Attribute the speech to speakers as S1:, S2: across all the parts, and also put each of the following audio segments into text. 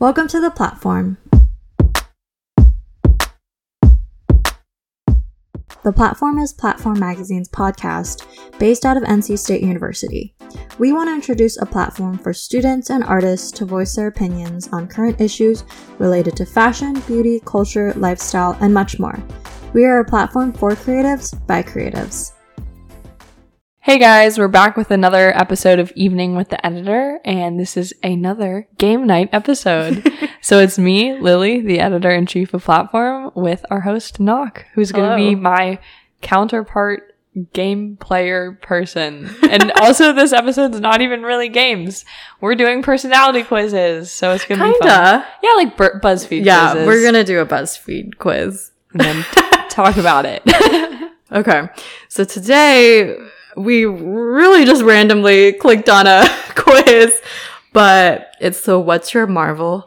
S1: Welcome to the platform. The Platform is Platform Magazine's podcast based out of NC State University. We want to introduce a platform for students and artists to voice their opinions on current issues related to fashion, beauty, culture, lifestyle, and much more. We are a platform for creatives by creatives.
S2: Hey guys, we're back with another episode of Evening with the Editor, and this is another game night episode. so it's me, Lily, the editor in chief of Platform, with our host, Knock, who's going to
S3: Hello.
S2: be my counterpart game player person. and also, this episode's not even really games. We're doing personality quizzes, so it's going to be fun.
S3: Kinda.
S2: Yeah, like Bu- BuzzFeed
S3: Yeah,
S2: quizzes.
S3: we're gonna do a BuzzFeed quiz.
S2: and then t- talk about it.
S3: Okay, so today we really just randomly clicked on a quiz, but it's the What's Your Marvel,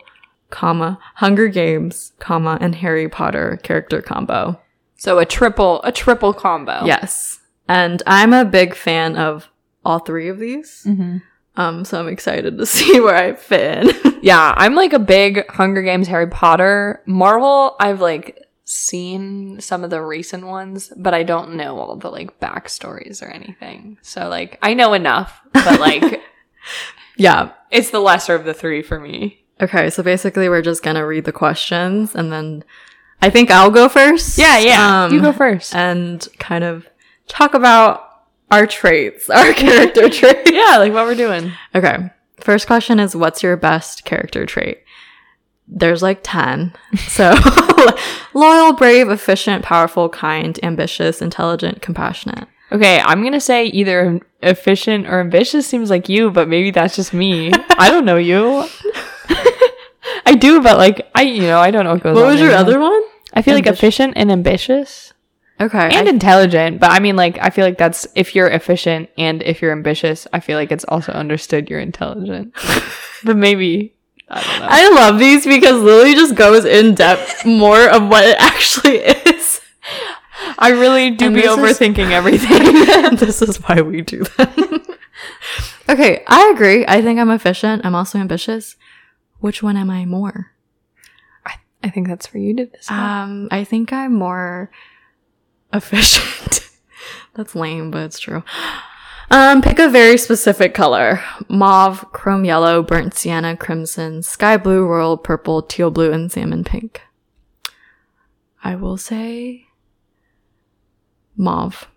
S3: comma Hunger Games, comma and Harry Potter character combo.
S2: so a triple, a triple combo.
S3: Yes, and I'm a big fan of all three of these.
S2: Mm-hmm.
S3: Um, so I'm excited to see where I fit in.
S2: Yeah, I'm like a big Hunger Games, Harry Potter, Marvel. I've like seen some of the recent ones, but I don't know all the like backstories or anything. So like I know enough, but like
S3: yeah,
S2: it's the lesser of the three for me.
S3: Okay, so basically we're just gonna read the questions and then I think I'll go first. Um,
S2: you go first.
S3: And kind of talk about our traits, our character traits.
S2: yeah, like what we're doing.
S3: Okay. First question is what's your best character trait? There's like 10. So loyal, brave, efficient, powerful, kind, ambitious, intelligent, compassionate.
S2: Okay, I'm gonna say either efficient or ambitious seems like you, but maybe that's just me. I don't know you. I do, but like I, you know, I don't know what goes
S3: What
S2: on
S3: was
S2: in
S3: your
S2: there.
S3: other one?
S2: I feel like
S3: Ambitious.
S2: efficient and ambitious
S3: Okay.
S2: and
S3: I-
S2: intelligent, but I mean, like, I feel like that's if you're efficient and if you're ambitious, I feel like it's also understood you're intelligent. but maybe I don't know.
S3: I love these because Lily just goes in depth more of what it actually is.
S2: I really do
S3: And
S2: be
S3: this is-
S2: overthinking everything.
S3: this is why we do that. okay, I agree. I think I'm efficient. I'm also ambitious. Which one am I more?
S2: I think that's for you to decide.
S3: Um, I think I'm more efficient. That's lame, but it's true. Um, pick a very specific color. Mauve, chrome yellow, burnt sienna, crimson, sky blue, royal purple, teal blue, and salmon pink. I will say mauve.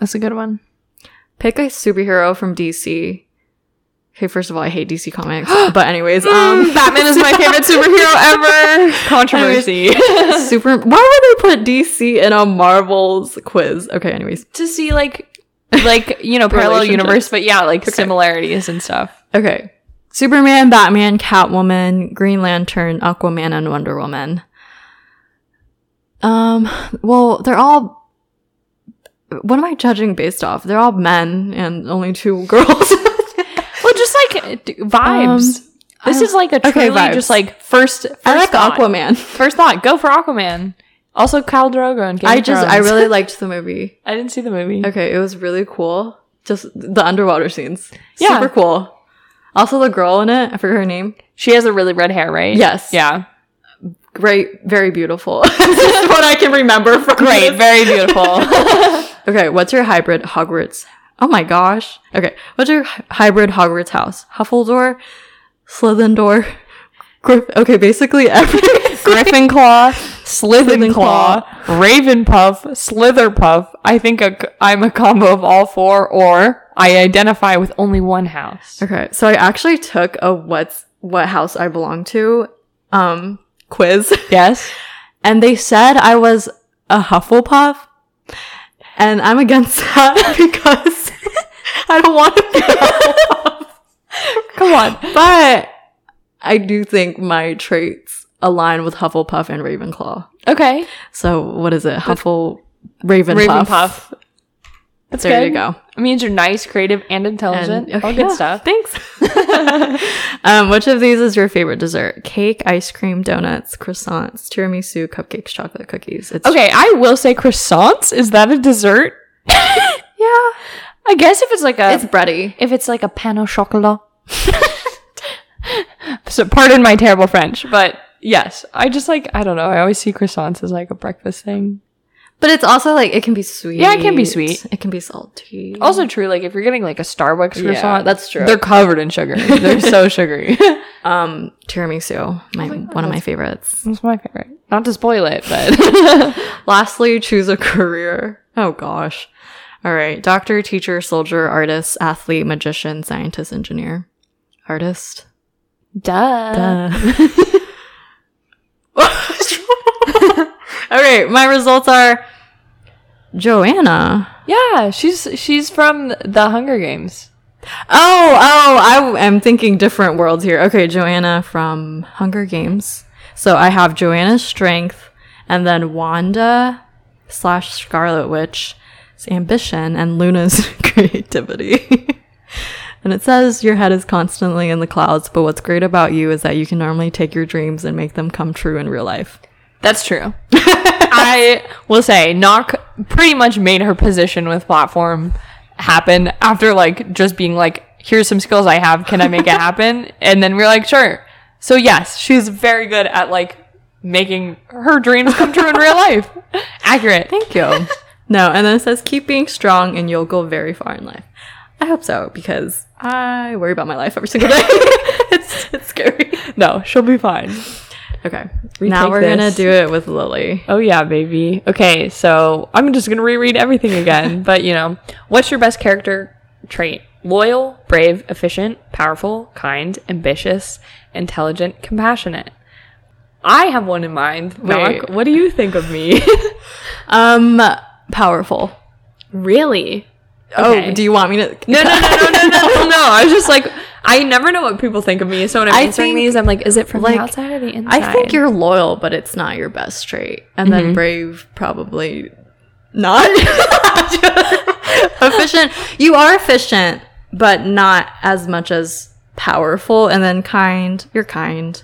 S2: that's a good one.
S3: Pick a superhero from DC. Okay, first of all, I hate DC comics. but anyways, um
S2: Mm, Batman is my favorite superhero ever. Controversy.
S3: super why would they put DC in a Marvel's quiz? Okay, anyways.
S2: to see like, like you know, parallel
S3: Relationships.
S2: universe, but yeah, like similarities and stuff.
S3: Okay. Superman, Batman, Catwoman, Green Lantern, Aquaman, and Wonder Woman. Um, well, they're all what am I judging based off? They're all men and only two girls.
S2: Well, just like d- vibes.
S3: Um,
S2: this
S3: I-
S2: is like a
S3: okay,
S2: truly
S3: vibes.
S2: just like first. first
S3: I like
S2: thought.
S3: Aquaman.
S2: First thought, go for Aquaman. Also, Khal Drogo and Game
S3: I
S2: of
S3: just I
S2: Thrones.
S3: really liked the movie.
S2: I didn't see the movie.
S3: Okay, it was really cool. Just the underwater scenes.
S2: Yeah.
S3: Super cool. Also the girl in it, I forget her name.
S2: She has a really red hair, right?
S3: Yes.
S2: Yeah.
S3: Great, very beautiful. this is what I can remember from
S2: Great.
S3: this.
S2: Very beautiful.
S3: Okay, what's your hybrid Hogwarts? Oh my gosh. Okay, what's your hy- hybrid Hogwarts house? Huffledore, Slytherin, Griff. Okay, basically every
S2: Gryffindor, Slytherin
S3: Slytherin-claw.
S2: Ravenpuff, Slitherpuff. I think a, I'm a combo of all four, or I identify with only one house.
S3: Okay, so I actually took a what's what house I belong to um quiz.
S2: Yes.
S3: and they said I was a Hufflepuff, and I'm against that because I don't want to be a Hufflepuff.
S2: Come on.
S3: But I do think my traits align with Hufflepuff and Ravenclaw.
S2: Okay.
S3: So what is it? Huffle Ravenpuff.
S2: Ravenpuff. That's
S3: there
S2: good.
S3: you go.
S2: It means you're nice, creative, and intelligent.
S3: And-
S2: all
S3: okay,
S2: good
S3: yeah,
S2: stuff.
S3: Thanks. um, which of these is your favorite dessert? Cake, ice cream, donuts, croissants, tiramisu, cupcakes, chocolate cookies. It's
S2: Okay, I will say croissants. Is that a dessert?
S3: Yeah.
S2: I guess if it's like a
S3: It's bready.
S2: if it's like a pan au chocolat. So pardon my terrible French, but yes, I just like I don't know. I always see croissants as like a breakfast thing.
S3: But it's also like it can be sweet.
S2: Yeah, it can be sweet.
S3: It can be salty.
S2: Also true, like if you're getting like a Starbucks
S3: Yeah,
S2: croissant,
S3: that's true.
S2: They're covered in sugar. they're so sugary.
S3: um tiramisu, my,
S2: my God,
S3: one of my
S2: that's-
S3: favorites.
S2: That's my favorite. Not to spoil it, but
S3: Lastly, choose a career. Oh gosh. All right. Doctor, teacher, soldier, artist, athlete, magician, scientist, engineer. Artist.
S2: duh.
S3: Uh. okay, my results are Joanna.
S2: Yeah, she's she's from the Hunger Games.
S3: Oh, oh, I w- am thinking different worlds here. Okay, Joanna from Hunger Games. So I have Joanna's strength, and then Wanda slash Scarlet Witch's ambition, and Luna's creativity. and it says your head is constantly in the clouds, but what's great about you is that you can normally take your dreams and make them come true in real life.
S2: That's true. I will say, Knock pretty much made her position with platform happen after like just being like, here's some skills I have, can I make it happen? And then we are like, sure. So yes, she's very good at like making her dreams come true in real life. Accurate.
S3: Thank you. no, and then it says keep being strong and you'll go very far in life. I hope so because I worry about my life every single day. it's it's scary.
S2: No, she'll be fine.
S3: Okay. now
S2: take
S3: we're gonna
S2: this.
S3: do it with Lily.
S2: Oh yeah, baby. Okay, so I'm just gonna reread everything again. but you know, what's your best character trait? Loyal, brave, efficient, powerful, kind, ambitious, intelligent, compassionate. I have one in mind. Mark,
S3: Wait.
S2: what do you think of me?
S3: Um powerful.
S2: really?
S3: Oh,
S2: Okay.
S3: do you want me to
S2: No, no, no, no, no, no, no, no. I was just like, I never know what people think of me. So when I'm
S3: I
S2: answering
S3: think,
S2: these, I'm like, is it from
S3: like,
S2: the outside or the inside?
S3: I think you're loyal, but it's not your best trait. And then brave probably not efficient. You are efficient, but not as much as powerful. And then kind, you're kind.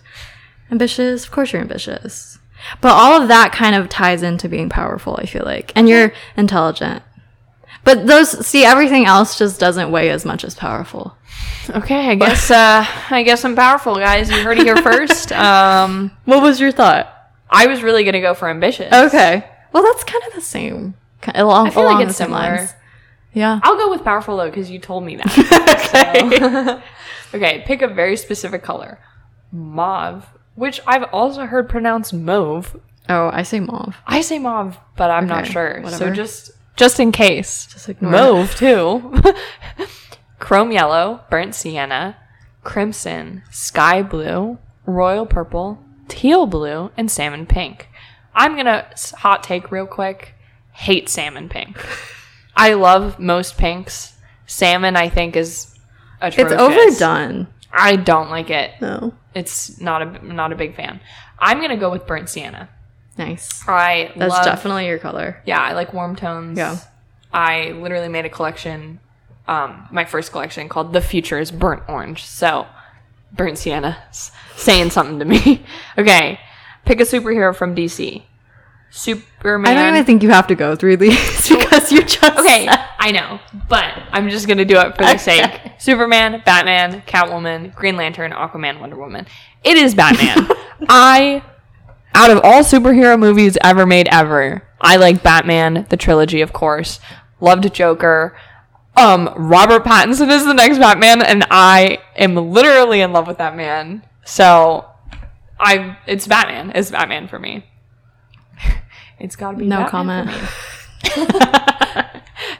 S3: Ambitious, of course you're ambitious. But all of that kind of ties into being powerful, I feel like. And you're intelligent. But those see everything else just doesn't weigh as much as powerful.
S2: okay. I guess uh, I guess I'm powerful, guys. You heard it here first. Um,
S3: What was your thought?
S2: I was really gonna go for ambitious.
S3: Okay. Well, that's kind of the same. Ki- Along,
S2: I feel
S3: along
S2: like it's
S3: the same
S2: similar.
S3: lines. Yeah.
S2: I'll go with powerful though, because you told me that. okay. okay, pick a very specific color. Mauve, which I've also heard pronounced mauve.
S3: Oh, I say mauve.
S2: I say mauve, but I'm not
S3: Okay,
S2: sure. So
S3: whatever.
S2: just just in case.
S3: Just ignore
S2: mauve too. Chrome yellow, burnt sienna, crimson, sky blue, royal purple, teal blue, and salmon pink. I'm gonna s- hot take real quick. Hate salmon pink. I love most pinks. Salmon, I think, is
S3: It's
S2: atrocious.
S3: overdone.
S2: I don't like it.
S3: No.
S2: It's not a not a big fan. I'm gonna go with burnt sienna.
S3: Nice.
S2: I
S3: That's
S2: love
S3: definitely your color.
S2: yeah, I like warm tones.
S3: Yeah.
S2: I literally made a collection, um, my first collection called The Future is Burnt Orange. So, Burnt Sienna's saying something to me. okay. Pick a superhero from DC. Superman.
S3: I don't even think you have to go through these because you just
S2: okay, I know, but I'm just gonna do it for the sake. Superman, Batman, Catwoman, Green Lantern, Aquaman, Wonder Woman. It is Batman. I, out of all superhero movies ever made ever, I like Batman, the trilogy, of course. Loved Joker. Um, Robert Pattinson is the next Batman, and I am literally in love with that man. So, I it's Batman. It's Batman for me. It's gotta be
S3: No
S2: Batman
S3: comment.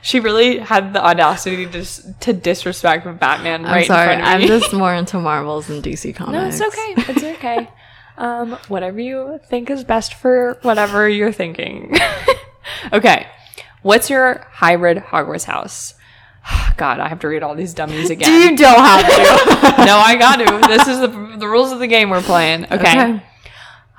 S2: she really had the audacity to dis- to disrespect Batman
S3: I'm
S2: right
S3: sorry.
S2: in front of
S3: I'm
S2: me.
S3: just more into Marvels and DC
S2: no,
S3: comics.
S2: it's okay. It's okay. um, whatever you think is best for whatever you're thinking. okay. What's your hybrid Hogwarts house? God, I have to read all these dummies again.
S3: You don't have to.
S2: no, I got to. This is the, the rules of the game we're playing. Okay.
S3: Okay.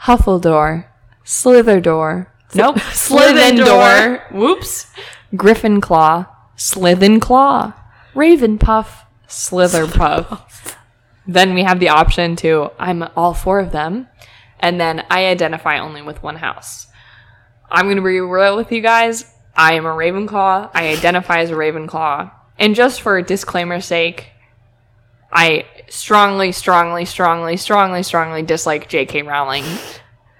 S2: Huffledore, Slitherdor. Nope.
S3: Slithendor.
S2: Slithendor. Whoops. Gryffindor, Slitherclaw, Ravenpuff, Slitherpuff. then we have the option to I'm all four of them, and then I identify only with one house. I'm going to be real with you guys. I am a Ravenclaw. I identify as a Ravenclaw. And just for disclaimer's sake, I strongly, strongly, strongly, strongly, strongly dislike J.K. Rowling.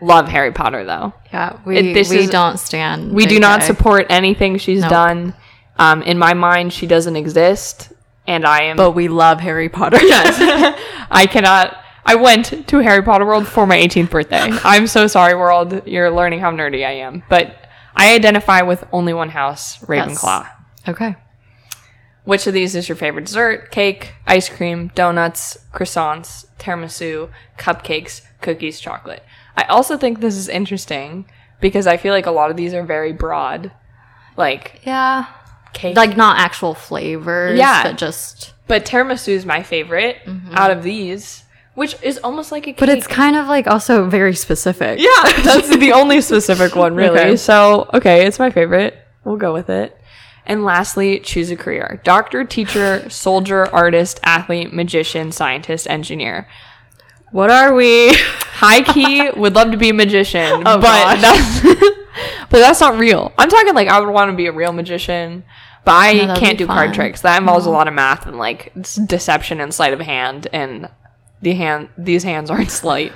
S2: Love Harry Potter though.
S3: Yeah, we
S2: It- this
S3: we
S2: is-
S3: don't stand.
S2: We do not
S3: JK.
S2: support anything she's
S3: Nope.
S2: done. Um, in my mind, she doesn't exist, and I am.
S3: but we love Harry Potter.
S2: I cannot. I went to Harry Potter World for my 18th birthday. I'm so sorry, world. You're learning how nerdy I am, but I identify with only one house, Ravenclaw.
S3: okay.
S2: Which of these is your favorite dessert? Cake, ice cream, donuts, croissants, tiramisu, cupcakes, cookies, chocolate. I also think this is interesting because I feel like a lot of these are very broad. Like
S3: Yeah.
S2: cake.
S3: Like not actual flavors.
S2: Yeah.
S3: But just.
S2: but tiramisu is my favorite out of these, which is almost like a cake.
S3: Mm-hmm. But it's kind of like also very specific.
S2: Yeah, that's the only specific one, really.
S3: Okay.
S2: So, okay, it's my favorite. We'll go with it. And lastly, choose a career doctor, teacher, soldier, artist, athlete, magician, scientist, engineer.
S3: What are we?
S2: High key would love to be a magician,
S3: Oh,
S2: but
S3: gosh.
S2: that's, but that's not real. I'm talking like I would want to be a real magician, but I
S3: that'd
S2: can't
S3: be
S2: do card
S3: fun.
S2: tricks. That involves a lot of math and like s- deception and sleight of hand, and the hand these hands aren't slight.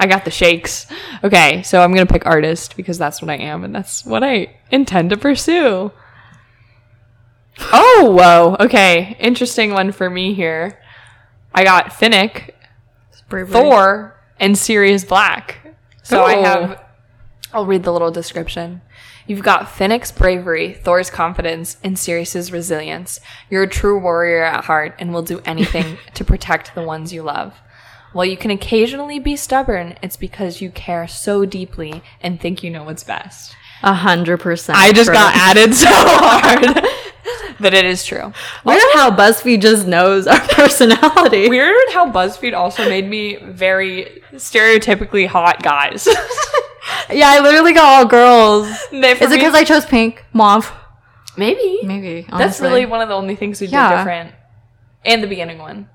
S2: I got the shakes. Okay, so I'm gonna pick artist because that's what I am and that's what I intend to pursue. Oh whoa, okay, interesting one for me here. I got Finnick Thor and Sirius Black. So I
S3: Oh.
S2: have. I'll read the little description. You've got Finnick's bravery, Thor's confidence, and Sirius's resilience. You're a true warrior at heart and will do anything to protect the ones you love. While you can occasionally be stubborn, it's because you care so deeply and think you know what's best.
S3: A hundred percent.
S2: I just
S3: true.
S2: got added so hard that it is true.
S3: Weird how BuzzFeed just knows our personality.
S2: Weird how BuzzFeed also made me very stereotypically hot guys.
S3: Yeah, I literally got all girls.
S2: They- for
S3: Is it
S2: me-
S3: because I chose pink, mauve?
S2: maybe
S3: Maybe.
S2: that's really one of the only things we
S3: Yeah.
S2: did different, and the beginning one.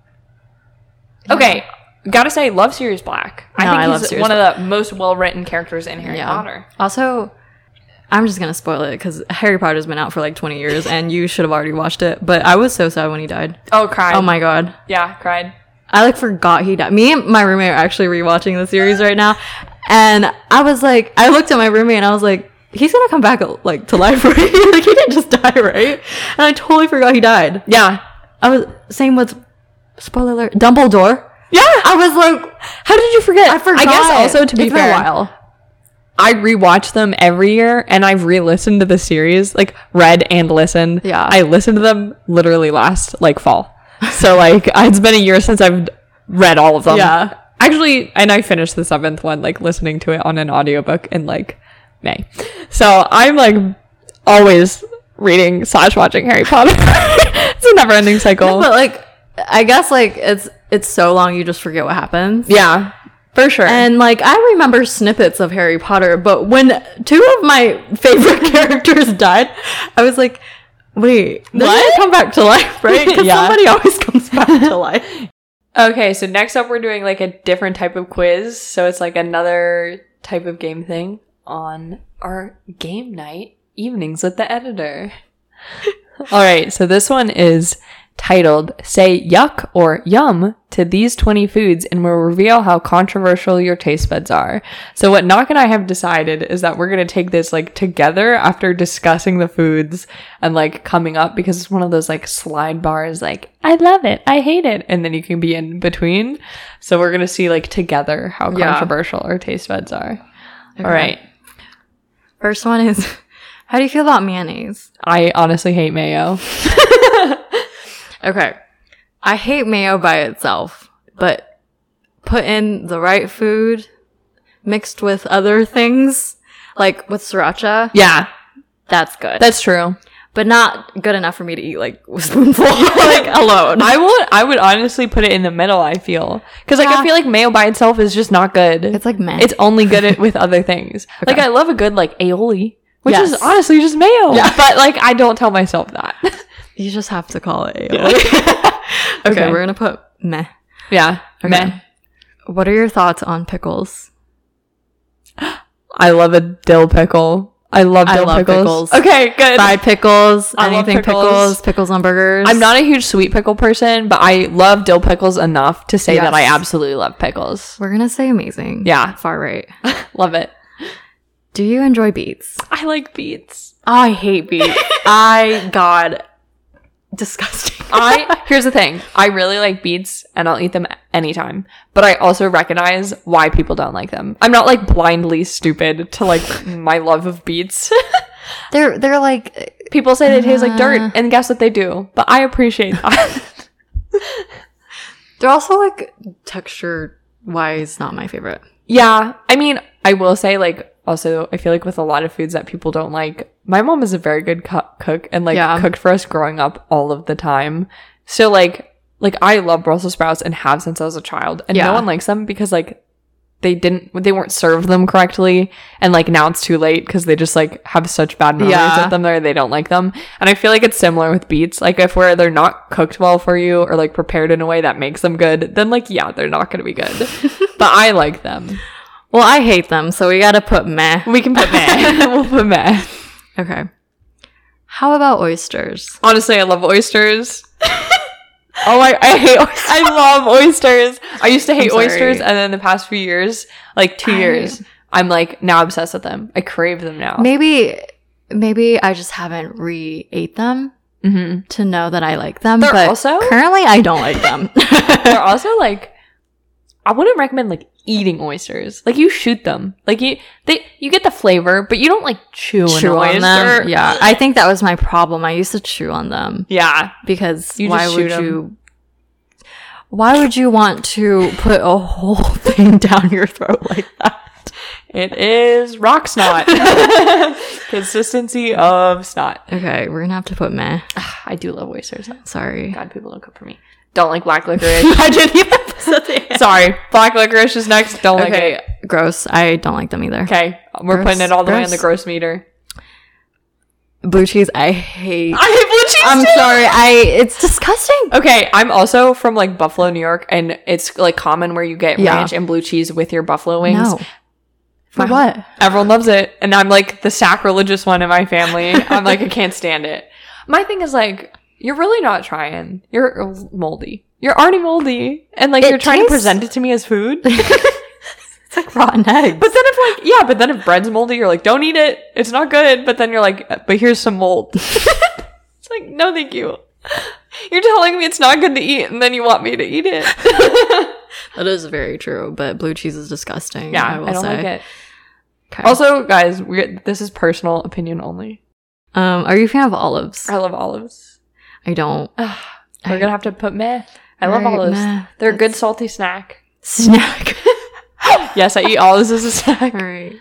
S2: Okay, gotta say, love Sirius Black. I
S3: No,
S2: think
S3: I love
S2: he's
S3: Sirius
S2: one of the most well written characters in Harry Potter.
S3: Also, I'm just gonna spoil it because Harry Potter's been out for like 20 years, and you should have already watched it. But I was so sad when he died.
S2: Oh, cried.
S3: Oh my god,
S2: yeah, cried.
S3: I like forgot he died. Me and my roommate are actually rewatching the series right now, and I was like, I looked at my roommate and I was like, he's gonna come back like to life, right? like he didn't just die, right? And I totally forgot he died.
S2: Yeah,
S3: I was same with spoiler alert, Dumbledore.
S2: yeah.
S3: I was like,
S2: How did you forget?
S3: I forgot.
S2: I guess also to be
S3: It's been
S2: fair,
S3: a while.
S2: I rewatch them every year and I've re-listened to the series, like read and listened.
S3: Yeah.
S2: I listened to them literally last like fall. So like it's been a year since I've read all of them.
S3: Yeah.
S2: um, Actually, and I finished the seventh one, like listening to it on an audiobook in like May. So I'm like always reading slash watching Harry Potter. it's a never ending cycle.
S3: But like, I guess like it's it's so long you just forget what happens.
S2: yeah. For sure.
S3: And like I remember snippets of Harry Potter, but when two of my favorite characters died, I was like, "Wait, they're gonna
S2: What?
S3: come back to life, right? Because
S2: Yeah.
S3: somebody always comes back to life."
S2: Okay, so next up we're doing like a different type of quiz. So it's like another type of game thing on our game night evenings with the editor. All right, so this one is titled Say Yuck or Yum to These 20 Foods and will reveal how controversial your taste buds are. So, what Nock and I have decided is that we're going to take this like together after discussing the foods and like coming up because it's one of those like slide bars, like, I love it, I hate it. And then you can be in between. So, we're going to see like together how
S3: Yeah.
S2: controversial our taste buds are. All right.
S3: First one is, how do you feel about mayonnaise?
S2: I honestly hate mayo.
S3: Okay, I hate mayo by itself, but put in the right food, mixed with other things, like with sriracha,
S2: Yeah,
S3: that's good.
S2: that's true.
S3: but not good enough for me to eat like a spoonful like alone.
S2: I would I would honestly put it in the middle, I feel. Cuz like I
S3: Yeah.
S2: feel like mayo by itself is just not good.
S3: It's like men.
S2: it's only good at, with other things. Like
S3: Okay.
S2: I love a good like aioli, which is
S3: Yes.
S2: honestly just mayo.
S3: Yeah.
S2: But like I don't tell myself that.
S3: you just have to call it. okay,
S2: Okay.
S3: we're gonna put meh.
S2: yeah.
S3: Okay.
S2: Meh.
S3: What are your thoughts on pickles?
S2: I love a dill pickle. I love
S3: I
S2: dill
S3: love
S2: pickles.
S3: pickles.
S2: Okay, good.
S3: Buy pickles,
S2: I love
S3: anything
S2: pickles.
S3: pickles. pickles, on burgers.
S2: I'm not a huge sweet pickle person, but I love dill pickles enough to say that I
S3: Yes.
S2: absolutely love pickles.
S3: We're gonna say amazing.
S2: Yeah.
S3: far right.
S2: Love it.
S3: Do you enjoy beets?
S2: I like beets.
S3: I hate beets. I god, disgusting.
S2: I here's the thing. I really like beets and I'll eat them anytime. But I also recognize why people don't like them. I'm not like blindly stupid to like my love of beets.
S3: they're they're like
S2: people say they taste like
S3: Uh.
S2: dirt, and guess what they do? But I appreciate that.
S3: they're also like texture wise not my favorite.
S2: yeah. I mean, I will say like also I feel like with a lot of foods that people don't like, my mom is a very good co- cook and like
S3: Yeah.
S2: cooked for us growing up all of the time. So like like I love Brussels sprouts and have since I was a child, and
S3: Yeah.
S2: no one likes them because like they didn't they weren't served them correctly, and like now it's too late because they just like have such bad memories
S3: Yeah.
S2: of them there they don't like them, and I feel like it's similar with beets. Like if where they're not cooked well for you or like prepared in a way that makes them good, then like yeah they're not gonna be good, but I like them.
S3: Well, I hate them, so we gotta put meh.
S2: We can put meh. we'll put meh.
S3: Okay. How about oysters?
S2: Honestly, I love oysters. oh, I, I hate oysters. I love oysters. I used to hate
S3: I'm sorry.
S2: oysters, and then the past few years, like two
S3: I-
S2: years, I'm like now obsessed with them. I crave them now.
S3: Maybe maybe I just haven't re ate them
S2: hmm
S3: to know that I like them.
S2: They're
S3: but
S2: also-
S3: currently I don't like them.
S2: They're also like, I wouldn't recommend like eating oysters. Like you shoot them. Like you they you get the flavor, but you don't like chew,
S3: chew
S2: an
S3: on
S2: oyster.
S3: them. Yeah. I think that was my problem. I used to chew on them
S2: yeah.
S3: because
S2: You
S3: why
S2: just
S3: would
S2: shoot 'em.
S3: you why would you want to put a whole thing down your throat like that?
S2: It is rock snot. Consistency of snot.
S3: Okay, we're gonna have to put meh.
S2: I do love oysters. though.
S3: Sorry.
S2: God, people don't cook for me. Don't like black licorice.
S3: I didn't even put it.
S2: Sorry, black licorice is next. Don't like
S3: Okay,
S2: it.
S3: gross. I don't like them either.
S2: Okay, we're
S3: Gross,
S2: putting it all the way on the
S3: gross.
S2: gross meter.
S3: Blue cheese, I hate.
S2: I hate blue cheese.
S3: I'm sorry. I it's disgusting.
S2: Okay, I'm also from like Buffalo, New York, and it's like common where you get
S3: Yeah.
S2: ranch and blue cheese with your buffalo wings.
S3: No. For
S2: My-
S3: what?
S2: Everyone loves it, and I'm like the sacrilegious one in my family. I'm like I can't stand it. My thing is like you're really not trying. You're moldy. You're already moldy, and like
S3: It
S2: you're trying to
S3: tastes-
S2: present it to me as food.
S3: It's like rotten eggs.
S2: But then if like yeah, but then if bread's moldy, you're like, don't eat it. It's not good. But then you're like, "Uh, but here's some mold. it's like, no, thank you. You're telling me it's not good to eat, and then you want me to eat it.
S3: That is very true, but blue cheese is disgusting.
S2: yeah,
S3: I
S2: I,
S3: will
S2: don't
S3: say.
S2: like it.
S3: Okay.
S2: Also, guys, we're, this is personal opinion only.
S3: um, are you a fan of olives?
S2: I love olives.
S3: I don't.
S2: Ugh, we're
S3: I-
S2: gonna have to put meh. I love
S3: Right,
S2: olives.
S3: meh.
S2: They're a good
S3: That's-
S2: salty snack.
S3: Snack.
S2: Yes, I eat olives as a snack.
S3: All right.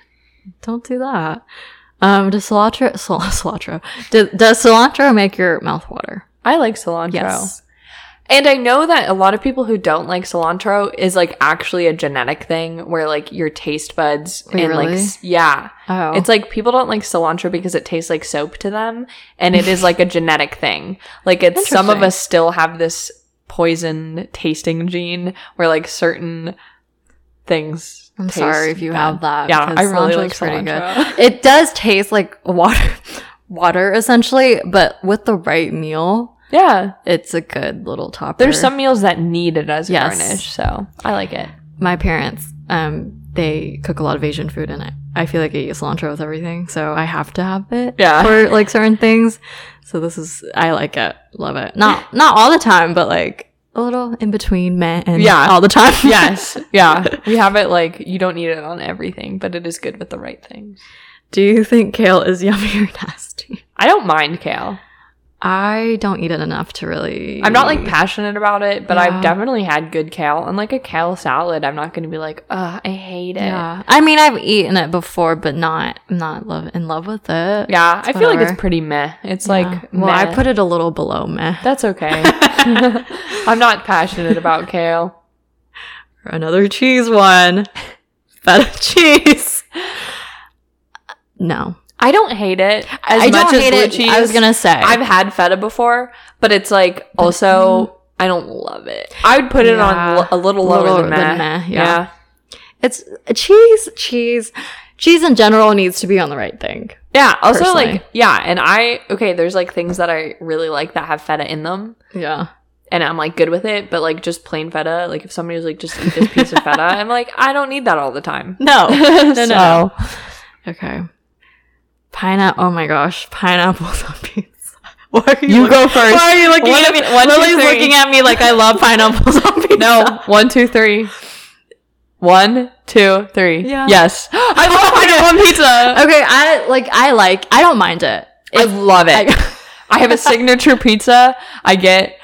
S3: Don't do that. Um, does cilantro, cil- cilantro, do, does cilantro make your mouth water?
S2: I like cilantro.
S3: Yes.
S2: And I know that a lot of people who don't like cilantro is like actually a genetic thing where like your taste buds
S3: Wait,
S2: and like
S3: really?
S2: s- yeah.
S3: Oh,
S2: It's like people don't like cilantro because it tastes like soap to them and it is like a genetic thing. Like it's some of
S3: Interesting.
S2: us still have this poison tasting gene where like certain things
S3: I'm
S2: taste
S3: sorry if you
S2: bad.
S3: have that.
S2: Yeah,
S3: because
S2: I really
S3: cilantro
S2: like
S3: is pretty good.
S2: cilantro.
S3: It does taste like water, water essentially, but with the right meal,
S2: yeah.
S3: it's a good little topper.
S2: There's some meals that need it as a
S3: Yes.
S2: garnish, so I like it.
S3: my parents um they cook a lot of asian food and i, I feel like i eat cilantro with everything so i have to have it
S2: Yeah.
S3: for like certain things so this is i like it love it not not all the time but like a little in between meh and
S2: Yeah.
S3: all the time
S2: yes. Yeah. We have it like you don't need it on everything, but it is good with the right things.
S3: do you think kale is yummy or nasty
S2: I don't mind kale.
S3: i don't eat it enough to really
S2: I'm not like passionate about it, but
S3: Yeah.
S2: I've definitely had good kale and like a kale salad. I'm not going to be like, ugh, I hate it. Yeah.
S3: yeah i mean i've eaten it before but not I'm not love in love with it
S2: I feel like
S3: whatever.
S2: it's pretty meh. It's
S3: Yeah.
S2: like,
S3: well i put
S2: it.
S3: it a little below meh
S2: That's okay. I'm not passionate about kale.
S3: Another cheese one. Feta cheese. No.
S2: I don't hate it as
S3: I
S2: much
S3: don't
S2: as
S3: hate
S2: blue
S3: it.
S2: cheese.
S3: I was gonna say.
S2: I've had feta before, but it's like also I don't love it. I would put it on
S3: Yeah.
S2: l- a little lower
S3: Lower
S2: than
S3: than
S2: that.
S3: meh, yeah. it's cheese, cheese, Cheese in general needs to be on the right thing.
S2: Yeah. Also,
S3: Personally.
S2: like, yeah. And I, okay, there's like things that I really like that have feta in them.
S3: Yeah.
S2: And I'm like good with it, but like just plain feta. Like if somebody was like, just eat this piece of feta, I'm like, I don't need that all the time.
S3: No.
S2: no,
S3: no, no. Okay. Pineapple. Oh my gosh, pineapples on pizza. Why are
S2: You
S3: look-
S2: go first.
S3: Why are you looking
S2: One
S3: at
S2: of
S3: me?
S2: it- one, two,
S3: Lily's
S2: three.
S3: looking at me like I love pineapples on pizza.
S2: No. One, two, three. One, two, three.
S3: Yeah.
S2: Yes. I love pineapple on pizza.
S3: Okay, I like. I like. I don't mind it.
S2: I love it.
S3: I-
S2: I have a signature pizza I get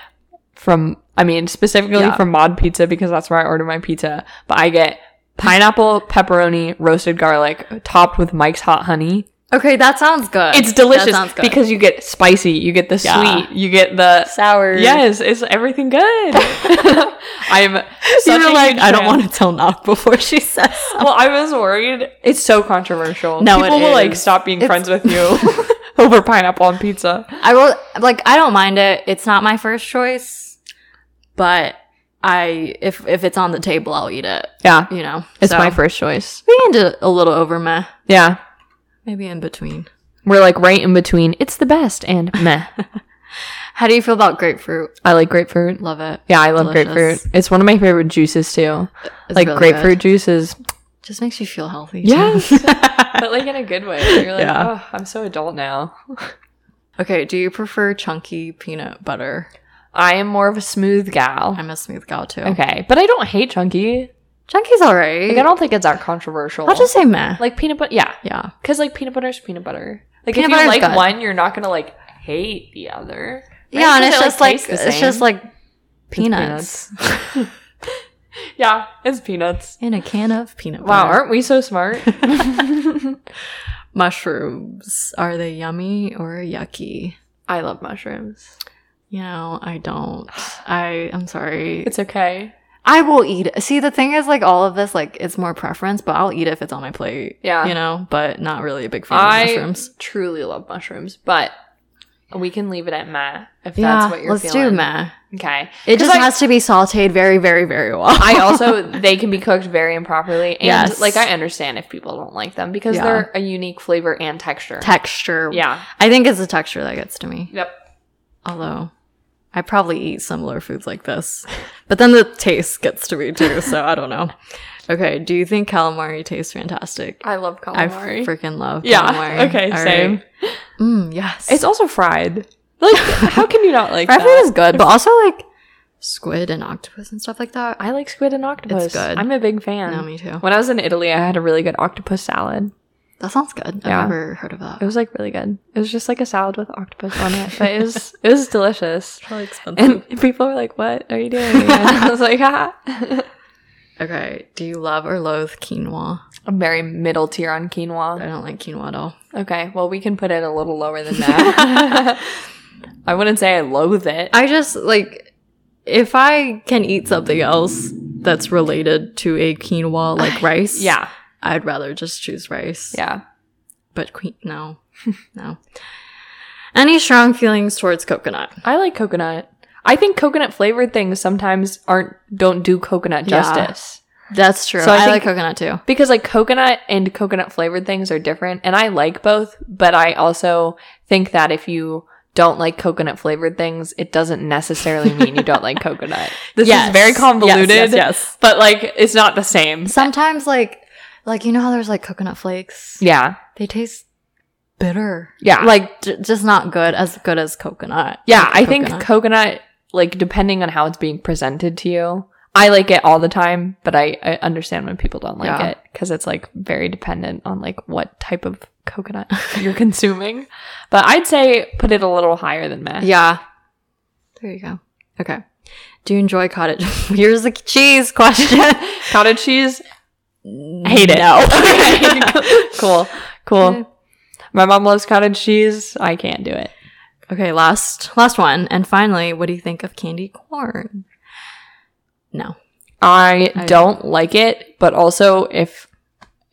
S2: from, I mean, specifically
S3: Yeah.
S2: from Mod Pizza because that's where I order my pizza. But I get pineapple, pepperoni, roasted garlic, topped with Mike's hot honey.
S3: okay, that sounds good.
S2: It's delicious
S3: That sounds good.
S2: because you get spicy, you get the
S3: Yeah.
S2: sweet, you get the
S3: sour.
S2: Yes, it's everything good. I'm such
S3: You're
S2: a
S3: like,
S2: huge
S3: I don't
S2: fan."
S3: want to tell Nog before she says. something."
S2: Well, I was worried. It's so controversial.
S3: No,
S2: people
S3: it
S2: will like
S3: is.
S2: stop being
S3: It's-
S2: friends with you over pineapple on pizza.
S3: I will. Like, I don't mind it. It's not my first choice, but I if if it's on the table, I'll eat it.
S2: Yeah,
S3: You know,
S2: it's
S3: So,
S2: my first choice.
S3: We can do a little over meh,
S2: Yeah,
S3: maybe in between.
S2: we're like right in between. It's the best and meh.
S3: How do you feel about grapefruit?
S2: I like grapefruit.
S3: Love it.
S2: Yeah, I love
S3: Delicious.
S2: grapefruit. It's one of my favorite juices too.
S3: It's
S2: like
S3: really
S2: grapefruit
S3: good.
S2: juice is,
S3: just makes you feel healthy.
S2: Yes.
S3: too.
S2: but like in a good way. You're like,
S3: Yeah.
S2: oh, I'm so adult now.
S3: okay. Do you prefer chunky peanut butter?
S2: I am more of a smooth gal.
S3: I'm a smooth gal too.
S2: Okay, but I don't hate chunky.
S3: Chunky's alright.
S2: Like I don't think it's that controversial.
S3: I'll just say meh.
S2: like peanut butter. Yeah,
S3: yeah.
S2: Because like peanut butter is peanut butter. Like if
S3: Peanut
S2: you
S3: butter's
S2: like
S3: good.
S2: one, you're not gonna like hate the other.
S3: Yeah, and it's just like
S2: tastes the
S3: it's
S2: same.
S3: just like
S2: peanuts.
S3: peanuts,
S2: yeah, it's peanuts.
S3: in a can of peanut
S2: Wow,
S3: butter.
S2: aren't we so smart?
S3: Mushrooms are they yummy or yucky?
S2: I love mushrooms.
S3: You know, I don't. I I'm sorry.
S2: It's okay.
S3: I will eat. it. See, the thing is, like all of this, like it's more preference, but I'll eat it if it's on my plate.
S2: Yeah.
S3: you know, but not really a big fan
S2: I
S3: of mushrooms.
S2: truly love mushrooms, but we can leave it at meh if
S3: yeah,
S2: that's what you're
S3: let's
S2: feeling.
S3: do meh.
S2: Okay.
S3: It
S2: 'Cause
S3: just
S2: I-
S3: has to be sautéed very, very, very well.
S2: I also they can be cooked very improperly, and
S3: Yes.
S2: like I understand if people don't like them because
S3: Yeah.
S2: they're a unique flavor and texture.
S3: texture.
S2: yeah.
S3: I think it's the texture that gets to me.
S2: Yep.
S3: Although I probably eat similar foods like this, but then the taste gets to me too. So I don't know. Okay, do you think calamari tastes fantastic?
S2: I love
S3: I
S2: calamari.
S3: freaking love
S2: yeah.
S3: calamari.
S2: Okay.
S3: All right.
S2: same.
S3: Mm, yes.
S2: It's also fried. Like, how can you not like
S3: Fried food
S2: that?
S3: is good, but also like squid and octopus and stuff like that.
S2: I like squid and octopus.
S3: It's good.
S2: I'm a big fan.
S3: No, me too.
S2: When I was in Italy, I had a really good octopus salad.
S3: That sounds good.
S2: Yeah.
S3: I've never heard of that.
S2: It was like really good. It was just like a salad with octopus on it, but it was it was delicious.
S3: probably expensive.
S2: And people were like, "What are you doing?" And I was like, "Ah."
S3: okay, do you love or loathe quinoa?
S2: I'm very middle tier on
S3: I
S2: quinoa.
S3: don't like quinoa at all.
S2: Okay, well we can put it a little lower than that. I wouldn't say I loathe it.
S3: I just like if I can eat something else that's related to a quinoa like rice.
S2: yeah,
S3: I'd rather just choose rice.
S2: yeah.
S3: but queen no, no. Any strong feelings towards coconut?
S2: I like coconut. I think coconut flavored things sometimes aren't don't do coconut
S3: Yeah.
S2: justice.
S3: That's true.
S2: So I
S3: I,
S2: think-
S3: like coconut too.
S2: because like coconut and coconut flavored things are different and i like both but i also think that if you don't like coconut flavored things it doesn't necessarily mean you don't like coconut this is
S3: Yes.
S2: very
S3: Yes,
S2: convoluted
S3: yes, yes.
S2: but like it's not the same
S3: Sometimes like like you know how there's like coconut flakes.
S2: yeah
S3: They taste bitter.
S2: yeah like
S3: Like j- just not good as good as coconut.
S2: yeah
S3: Like,
S2: i think
S3: coconut.
S2: coconut like depending on how it's being presented to you i like it all the time but i, I understand when people don't like
S3: Yeah.
S2: it because it's like very dependent on like what type of coconut you're consuming but i'd say put it a little higher than meh
S3: yeah. There you go. Okay. Do you enjoy cottage? Here's the cheese question.
S2: Cottage cheese, hate it. Okay. cool.
S3: Okay.
S2: Cool. My mom loves cottage cheese. I can't do it.
S3: Okay, last last one, and finally, what do you think of candy corn? No,
S2: I
S3: I-
S2: don't like it, but also if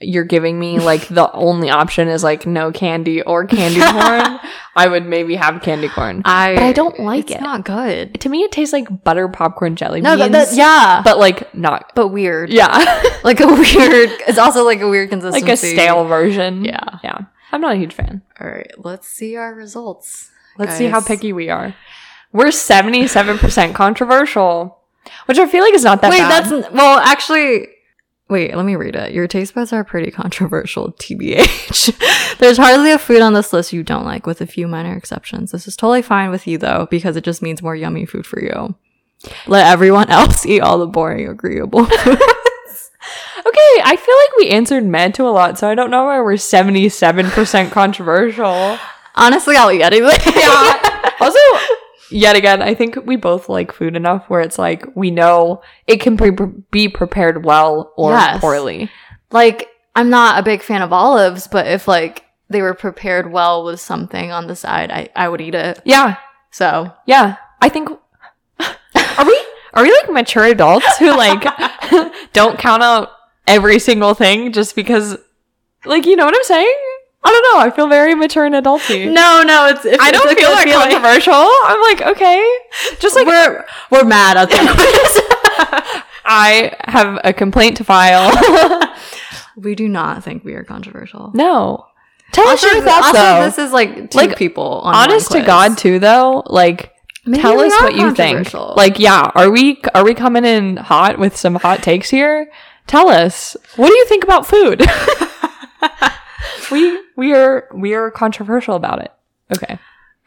S2: you're giving me like the only option is like no candy or candy corn, I would maybe have candy corn.
S3: I
S2: But I don't like
S3: it's
S2: it.
S3: not good.
S2: to me, it tastes like butter popcorn jelly
S3: No, that,
S2: beans.
S3: that yeah, but,
S2: But like not.
S3: but weird.
S2: Yeah.
S3: like a weird. It's also like a weird consistency.
S2: like a stale version.
S3: Yeah.
S2: Yeah. I'm not a huge fan.
S3: All right, let's see our results.
S2: Let's see how
S3: Guys.
S2: picky we are. We're 77% controversial, which I feel like is not that
S3: wait,
S2: bad.
S3: that's n- well, actually. Wait, let me read it. Your taste buds are pretty controversial, TBH. There's hardly a food on this list you don't like, with a few minor exceptions. This is totally fine with you though, because it just means more yummy food for you. Let everyone else eat all the boring, agreeable.
S2: okay. I feel like we answered med to a lot, so I don't know why we're 77% controversial.
S3: Honestly, I'll eat anything.
S2: Yeah. also, yet again, I think we both like food enough where it's like we know it can pre- be prepared well or
S3: Yes.
S2: poorly.
S3: like I'm not a big fan of olives, but if like they were prepared well with something on the side, I, I would eat it.
S2: Yeah.
S3: So
S2: Yeah. I think. Are we. Are we like mature adults who like don't count out every single thing just because, like, you know what I'm saying? I don't know. I feel very mature and adulty.
S3: no, no, it's, it's
S2: I don't
S3: it's a
S2: feel
S3: good
S2: that
S3: feeling.
S2: controversial. I'm like, okay, just like
S3: we're we're mad at the
S2: I have a complaint to file.
S3: We do not think we are controversial.
S2: no, tell us your
S3: th-
S2: thoughts
S3: also,
S2: though.
S3: this is like two
S2: Like,
S3: people. On one
S2: Honest to
S3: quiz.
S2: God, too though, like.
S3: Maybe
S2: tell
S3: we
S2: us
S3: are
S2: what you think.
S3: controversial.
S2: Like, yeah, are we are we coming in hot with some hot takes here? Tell us. What do you think about food? we we are we are controversial about it. Okay.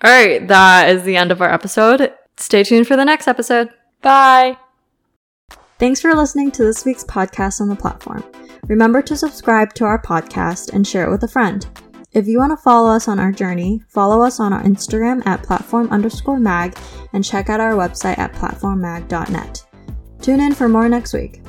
S3: all right, that is the end of our episode. Stay tuned for the next episode.
S2: Bye.
S1: Thanks for listening to this week's podcast on the platform. Remember to subscribe to our podcast and share it with a friend. If you want to follow us on our journey, follow us on our Instagram at platform underscore mag and check out our website at platformmag.net. Tune in for more next week.